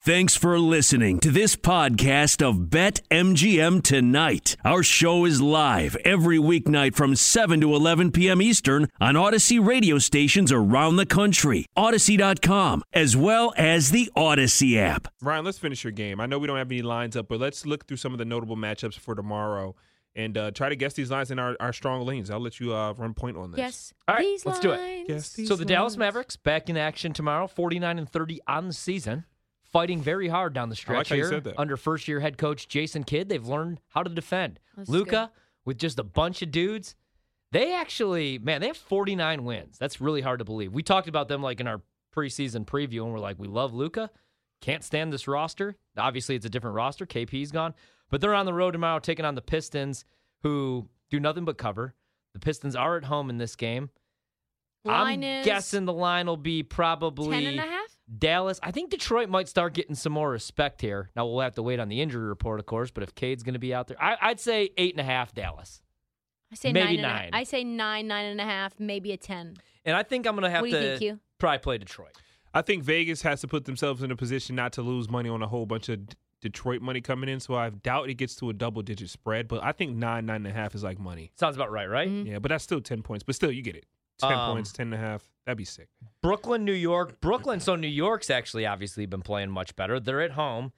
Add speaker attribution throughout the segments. Speaker 1: Thanks for listening to this podcast of Bet MGM Tonight. Our show is live every weeknight from 7 to 11 p.m. Eastern on Odyssey radio stations around the country, Odyssey.com, as well as the Odyssey app.
Speaker 2: Ryan, let's finish your game. I know we don't have any lines up, but let's look through some of the notable matchups for tomorrow and uh, try to guess these lines in our, our strong lanes. I'll let you uh, run point on this.
Speaker 3: Yes.
Speaker 4: All right,
Speaker 3: these
Speaker 4: let's do it.
Speaker 3: lines.
Speaker 2: Yes.
Speaker 4: So the Dallas Mavericks back in action tomorrow, 49 and 30 on the season, fighting very hard down the
Speaker 2: I like
Speaker 4: stretch
Speaker 2: how you
Speaker 4: here
Speaker 2: said that.
Speaker 4: under first-year head coach Jason Kidd. They've learned how to defend.
Speaker 3: That's
Speaker 4: Luca with just a bunch of dudes. They actually, man, they have 49 wins. That's really hard to believe. We talked about them like in our preseason preview, and we're like, we love Luca. Can't stand this roster. Obviously, it's a different roster. KP's gone, but they're on the road tomorrow taking on the Pistons, who do nothing but cover. The Pistons are at home in this game.
Speaker 3: Line
Speaker 4: I'm
Speaker 3: is
Speaker 4: guessing the line will be probably
Speaker 3: ten and a half.
Speaker 4: Dallas. I think Detroit might start getting some more respect here. Now we'll have to wait on the injury report, of course. But if Cade's going to be out there, I, I'd say eight and a half Dallas.
Speaker 3: I say
Speaker 4: Maybe
Speaker 3: nine. and a-
Speaker 4: nine.
Speaker 3: I say nine, nine and a half, maybe a ten.
Speaker 4: And I think I'm going to have
Speaker 3: What do you
Speaker 4: to
Speaker 3: think, Q?
Speaker 4: probably play Detroit.
Speaker 2: I think Vegas has to put themselves in a position not to lose money on a whole bunch of D- Detroit money coming in, so I doubt it gets to a double digit spread, but I think nine, nine and a half is like money.
Speaker 4: Sounds about right, right?
Speaker 3: Mhm.
Speaker 2: Yeah, but that's still 10 points, but still, you get it. 10
Speaker 4: Um,
Speaker 2: points, 10 and a half. That'd be sick.
Speaker 4: Brooklyn, New York. Brooklyn. So New York's actually obviously been playing much better. They're at home.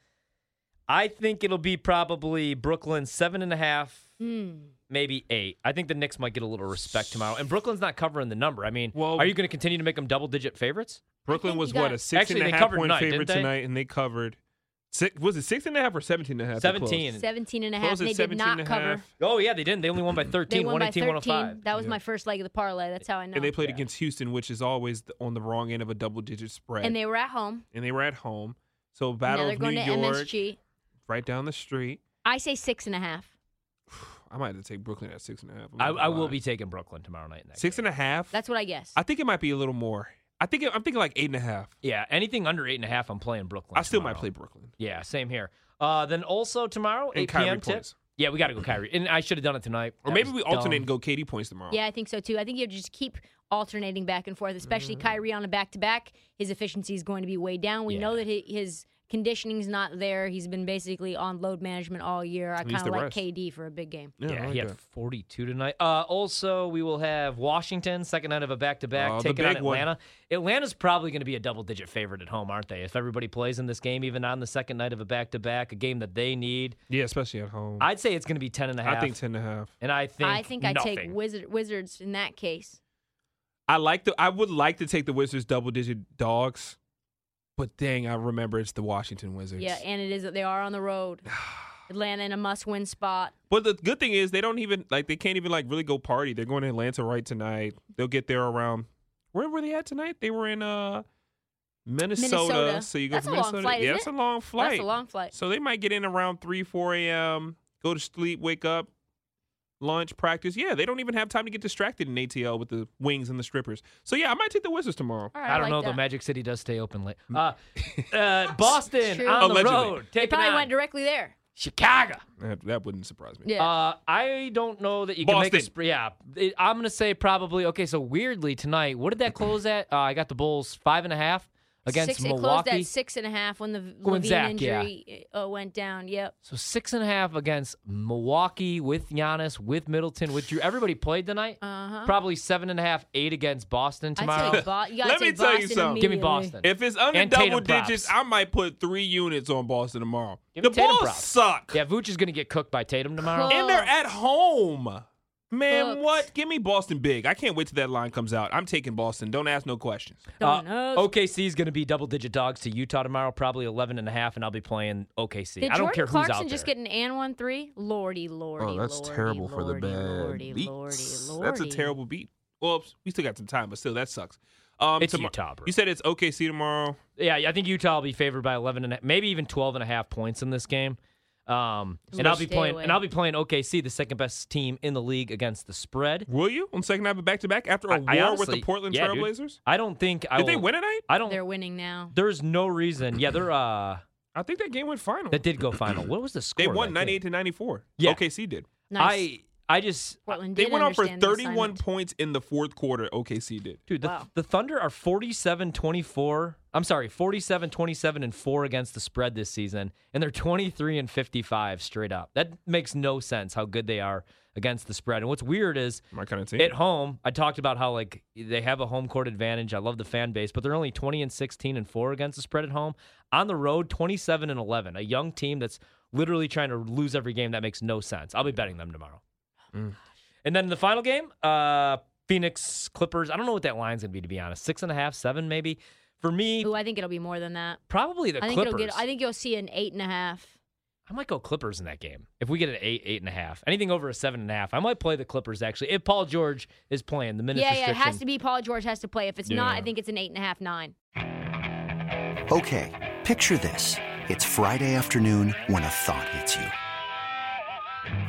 Speaker 4: I think it'll be probably Brooklyn seven and a half,
Speaker 3: Hmm.
Speaker 4: maybe eight. I think the Knicks might get a little respect tomorrow. And Brooklyn's not covering the number. I mean,
Speaker 2: Well-
Speaker 4: are you going to continue to make them double digit favorites?
Speaker 2: Brooklyn
Speaker 3: think
Speaker 2: was
Speaker 3: you
Speaker 2: what,
Speaker 3: got-
Speaker 2: a six
Speaker 4: Actually,
Speaker 2: and a
Speaker 4: they
Speaker 2: half
Speaker 4: covered
Speaker 2: point
Speaker 4: tonight, didn't
Speaker 2: favorite
Speaker 4: they?
Speaker 2: tonight, and they covered. Six, was it six and a half or 17 and a half? They closed.
Speaker 4: 17.
Speaker 3: Seventeen and a half.
Speaker 2: Closed at
Speaker 3: They did
Speaker 2: 17
Speaker 3: not
Speaker 2: and a
Speaker 3: cover.
Speaker 2: half,
Speaker 4: Oh yeah, they didn't. They only won by 13,
Speaker 3: They won by
Speaker 4: 118,
Speaker 3: thirteen.
Speaker 4: 105.
Speaker 3: That was
Speaker 2: Yeah.
Speaker 3: my first leg of the parlay. That's how I know.
Speaker 2: And they played
Speaker 4: Yeah.
Speaker 2: against Houston, which is always th- on the wrong end of a double digit spread.
Speaker 3: And they were at home.
Speaker 2: and they were at home. So
Speaker 3: now
Speaker 2: Battle
Speaker 3: they're
Speaker 2: of
Speaker 3: going
Speaker 2: New
Speaker 3: to
Speaker 2: York,
Speaker 3: MSG.
Speaker 2: right down the street.
Speaker 3: I say six and a half.
Speaker 2: I might have to take Brooklyn at six and a half. I'm
Speaker 4: I,
Speaker 2: not gonna
Speaker 4: I will
Speaker 2: lie.
Speaker 4: be taking Brooklyn tomorrow night. in that
Speaker 2: six
Speaker 4: game.
Speaker 2: and a half.
Speaker 3: That's what I guess.
Speaker 2: I think it might be a little more. I think it, I'm thinking like eight and a half.
Speaker 4: yeah, anything under eight and a half, I'm playing Brooklyn.
Speaker 2: I still might play
Speaker 4: tomorrow.
Speaker 2: Brooklyn.
Speaker 4: Yeah, same here. Uh, then also tomorrow,
Speaker 2: And
Speaker 4: 8
Speaker 2: Kyrie
Speaker 4: p.m. tip.
Speaker 2: points.
Speaker 4: Yeah, we got to go Kyrie, and I should have done it tonight.
Speaker 2: Or
Speaker 4: That
Speaker 2: maybe
Speaker 4: was
Speaker 2: we alternate and
Speaker 4: dumb.
Speaker 2: go Katie points
Speaker 4: Oh.
Speaker 2: tomorrow.
Speaker 3: yeah, I think so too. I think you just keep alternating back and forth, especially Kyrie on a back to back. His efficiency is going to be way down. We know
Speaker 4: Mm-hmm. Yeah.
Speaker 3: that hi- his conditioning's not there. He's been basically on load management all year. I
Speaker 2: At least
Speaker 3: kind
Speaker 2: the
Speaker 3: of like
Speaker 2: rest.
Speaker 3: KD for a big game.
Speaker 4: Yeah,
Speaker 2: I like
Speaker 4: he had
Speaker 2: that.
Speaker 4: 42 tonight. Uh, also, we will have Washington, second night of a back-to-back,
Speaker 2: Oh, the
Speaker 4: taking on
Speaker 2: big one.
Speaker 4: Atlanta. Atlanta's probably going to be a double-digit favorite at home, aren't they? If everybody plays in this game, even on the second night of a back-to-back, a game that they need,
Speaker 2: Yeah, especially at home. I,
Speaker 4: I'd say it's going to be 10 and a half.
Speaker 2: Mm. think ten and a half.
Speaker 4: and I think
Speaker 3: I think I take
Speaker 4: nothing.
Speaker 3: wizard, Wizards in that case.
Speaker 2: I like the. I would like to take the Wizards double digit dogs, but dang, I remember it's the Washington Wizards.
Speaker 3: Yeah, and it is they are on the road. Atlanta in a must-win spot.
Speaker 2: But the good thing is they don't even like they can't even like really go party. They're going to Atlanta right tonight. They'll get there around where were they at tonight? They were in uh Minnesota.
Speaker 3: Minnesota.
Speaker 2: So you go
Speaker 3: That's
Speaker 2: from
Speaker 3: a long
Speaker 2: Minnesota.
Speaker 3: flight,
Speaker 2: yeah,
Speaker 3: isn't
Speaker 2: that's
Speaker 3: it?
Speaker 2: a long flight.
Speaker 3: That's a long flight.
Speaker 2: So they might get in around three, four AM, go to sleep, wake up, lunch, practice. Yeah, they don't even have time to get distracted in ATL with the wings and the strippers. So yeah, I might take the Wizards tomorrow.
Speaker 3: All right,
Speaker 4: I don't
Speaker 3: like
Speaker 4: know
Speaker 3: That.
Speaker 4: though. Magic City does stay open late. Uh, uh, Boston
Speaker 3: True.
Speaker 4: on
Speaker 2: Mm.
Speaker 4: the
Speaker 2: Allegedly.
Speaker 4: road,
Speaker 3: They
Speaker 4: taking
Speaker 3: probably
Speaker 4: on
Speaker 3: went directly there.
Speaker 4: Chicago.
Speaker 2: That, that wouldn't surprise me.
Speaker 3: Yeah.
Speaker 4: Uh, I don't know that you can make a
Speaker 2: Boston.
Speaker 4: sp- yeah. It- I'm gonna say probably okay. So weirdly tonight, what did that close at? Uh, I got the Bulls five and a half against
Speaker 3: six, It closed
Speaker 4: Milwaukee.
Speaker 3: at six and a half when the
Speaker 4: When
Speaker 3: Levine
Speaker 4: Zach, yeah.
Speaker 3: injury uh, went down. Yep.
Speaker 4: So six and a half against Milwaukee with Giannis, with Middleton, with Drew. Everybody played tonight.
Speaker 3: Uh-huh.
Speaker 4: Probably seven and a half, eight against Boston
Speaker 3: I'd
Speaker 4: tomorrow.
Speaker 3: take Bo- you gotta
Speaker 2: Let me
Speaker 3: take
Speaker 2: tell you
Speaker 3: Boston
Speaker 2: something.
Speaker 4: Give me
Speaker 3: immediately.
Speaker 4: Boston.
Speaker 2: If it's under
Speaker 4: And
Speaker 2: double
Speaker 4: Tatum props.
Speaker 2: digits, I might put three units on Boston tomorrow.
Speaker 4: Give
Speaker 2: the
Speaker 4: me Tatum
Speaker 2: Bulls
Speaker 4: props.
Speaker 2: suck.
Speaker 4: yeah, Vooch is gonna get cooked by Tatum tomorrow.
Speaker 3: Cool.
Speaker 2: And they're at home. Man,
Speaker 3: Cooked.
Speaker 2: what? Give me Boston big. I can't wait till that line comes out. I'm taking Boston. Don't ask no questions.
Speaker 3: Don't
Speaker 4: Uh,
Speaker 3: know.
Speaker 4: OKC is going to be double digit dogs to Utah tomorrow, probably 11 and a half, and I'll be playing OKC.
Speaker 3: Did
Speaker 4: I don't
Speaker 3: Jordan
Speaker 4: care who's
Speaker 3: Clarkson
Speaker 4: out there.
Speaker 3: just get an and one three? Lordy, lordy.
Speaker 2: Oh, that's
Speaker 3: lordy,
Speaker 2: terrible for the
Speaker 3: lordy,
Speaker 2: bad
Speaker 3: Lordy, lordy, lordy.
Speaker 2: That's a terrible beat. Well, we still got some time, but still, that sucks. Um,
Speaker 4: It's
Speaker 2: tomo-
Speaker 4: Utah, bro.
Speaker 2: You said it's OKC tomorrow.
Speaker 4: Yeah, I think Utah will be favored by 11 and a- maybe even 12 and a half points in this game. Um, and I'll be
Speaker 3: stay
Speaker 4: playing
Speaker 3: away.
Speaker 4: and I'll be playing OKC, the second best team in the league against the spread.
Speaker 2: Will you on second half of back to back after a
Speaker 4: I- I
Speaker 2: war with
Speaker 4: honestly-
Speaker 2: the Portland
Speaker 4: yeah, dude.
Speaker 2: Trailblazers?
Speaker 4: I don't think I
Speaker 2: Did they
Speaker 4: will-
Speaker 2: win tonight?
Speaker 4: I don't
Speaker 3: They're winning now.
Speaker 4: there's no reason. Yeah, they're uh
Speaker 2: I think that game went final.
Speaker 4: that did go final. What was the score?
Speaker 2: they
Speaker 4: of
Speaker 2: won
Speaker 4: that game?
Speaker 2: 98 to 94.
Speaker 4: Yeah.
Speaker 2: OKC did.
Speaker 3: Nice.
Speaker 4: I I just
Speaker 3: Portland
Speaker 2: They
Speaker 3: did
Speaker 2: went on for
Speaker 3: understand the
Speaker 2: 31
Speaker 3: assignment.
Speaker 2: points in the fourth quarter. OKC did.
Speaker 4: Dude, the,
Speaker 3: Wow.
Speaker 4: the Thunder are 47 24. I'm sorry, 47 27 and 4 against the spread this season, and they're 23 and 55 straight up. That makes no sense how good they are against the spread. And what's weird is
Speaker 2: My kind of team.
Speaker 4: at home, I talked about how like they have a home court advantage. I love the fan base, but they're only 20 and 16 and 4 against the spread at home. On the road, 27 and 11. A young team that's literally trying to lose every game that makes no sense. I'll be betting them tomorrow. And then the final game, uh Phoenix Clippers. I don't know what that line's gonna be to be honest. Six and a half, seven maybe. For me,
Speaker 3: Ooh, I think it'll be more than that.
Speaker 4: probably the
Speaker 3: I think
Speaker 4: Clippers.
Speaker 3: it'll get. I think you'll see an eight and a half.
Speaker 4: I might go Clippers in that game. If we get an eight, eight and a half, anything over a seven and a half, I might play the Clippers actually. If Paul George is playing, the minutes
Speaker 3: Yeah, yeah. It
Speaker 4: restriction.
Speaker 3: has to be Paul George has to play. If it's not, I
Speaker 2: Yeah.
Speaker 3: think it's an eight and a half, nine.
Speaker 5: Okay, picture this. It's Friday afternoon when a thought hits you.